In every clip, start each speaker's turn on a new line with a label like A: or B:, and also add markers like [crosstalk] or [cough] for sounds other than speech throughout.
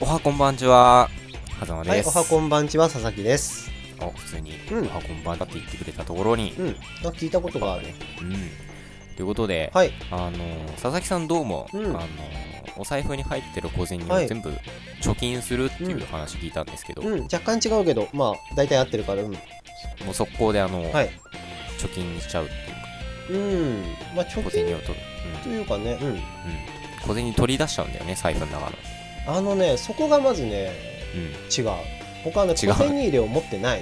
A: おはこんばんちは。はざま
B: は
A: で
B: い、
A: す。
B: おはこんばんちは佐々木です。
A: お普通に、
B: うん
A: おはこんばんだって言ってくれたところに。
B: うん、なんか聞いたことがある。
A: うん。ということで、
B: はい、
A: あのー、佐々木さんどうも、
B: うん
A: あのー、お財布に入ってる小銭
B: は
A: を
B: い
A: 全部貯金するっていう
B: うん
A: 話聞いたんですけど、
B: うん、若干違うけど、まあ、大体合ってるから、うん。
A: もう速攻であの、
B: はい。
A: 貯金にしちゃうっていうか、
B: うん、まあ、貯
A: 小
B: 金
A: 銭を取る。
B: というかね、うん。
A: うん。うん小銭取り出しちゃうんだよね、財布の中の。
B: あのね、そこがまずね、
A: う
B: 違う。僕はね、
A: 違
B: 小
A: う
B: 銭入れを持ってない。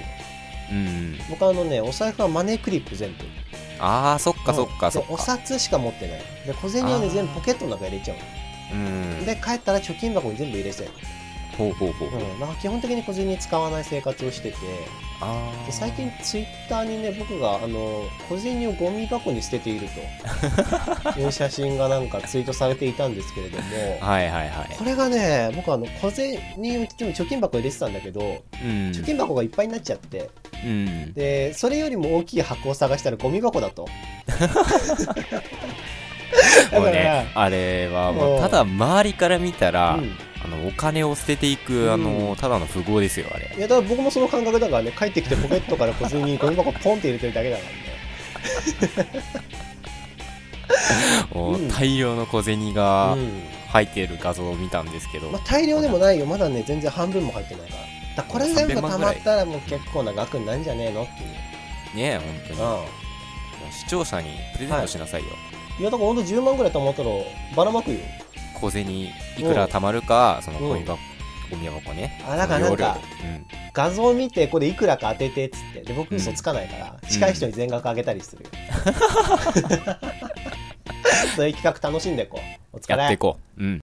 A: ん。うん、うん。
B: 僕はあのね、お財布はマネークリップ全部。
A: ああ、そっかそっ
B: う
A: か
B: ん
A: そ
B: で
A: っ
B: お
A: か。
B: 札しか持ってない。で、小銭は
A: あ
B: ね、
A: ー
B: 全部ポケットの中に入れちゃう
A: うん
B: の。。で、帰ったら貯金箱に全部入れちゃう。
A: ほうほうほう。
B: うん、まあ、基本的に小銭使わない生活をしてて、
A: ああ。
B: で最近ツイッターにね僕があの小銭をゴミ箱に捨てている
A: [laughs]
B: という写真がなんかツイートされていたんですけれども
A: はいはいはい。
B: これがね僕あの小銭を言っても貯金箱入れてたんだけど
A: うん
B: 貯金箱がいっぱいになっちゃって
A: うん。
B: でそれよりも大きい箱を探したらゴミ箱だとだ
A: もう
B: から、
A: ね、あれはもう、
B: うん
A: ただ周りから見たら、
B: うん
A: あの、お金を捨てていく、
B: うん
A: あの、ただの富豪ですよ、あれ。
B: いやだから僕もその感覚だからね帰ってきてポケットから小銭ゴミ箱ポンって入れてるだけだからね
A: もう
B: うん
A: 大量の小銭が
B: うん
A: 入っている画像を見たんですけど
B: まあ、、大量でもないよまだね全然半分も入ってないからだからこれ全部
A: 300万
B: たまったらもう結構な額になるんじゃねえのっていう
A: ね、本当に。も
B: あ
A: う視聴者にプレゼントしなさいよ。
B: いやだからほんと10万ぐらいたまったらばらまくよ
A: 小銭いくら貯まるか、その
B: う
A: ゴ
B: ん
A: ミ箱、ゴミ箱ね。
B: あだからな
A: その容
B: んか
A: 量
B: 画像見てこれいくらか当ててっつってで僕
A: うん
B: 嘘つかないから、
A: ん
B: 近い人に全額あげたりする [laughs] よ、そういう企画楽しんでいこうお
A: うん。
B: 疲
A: やってい
B: れ
A: こう。うん。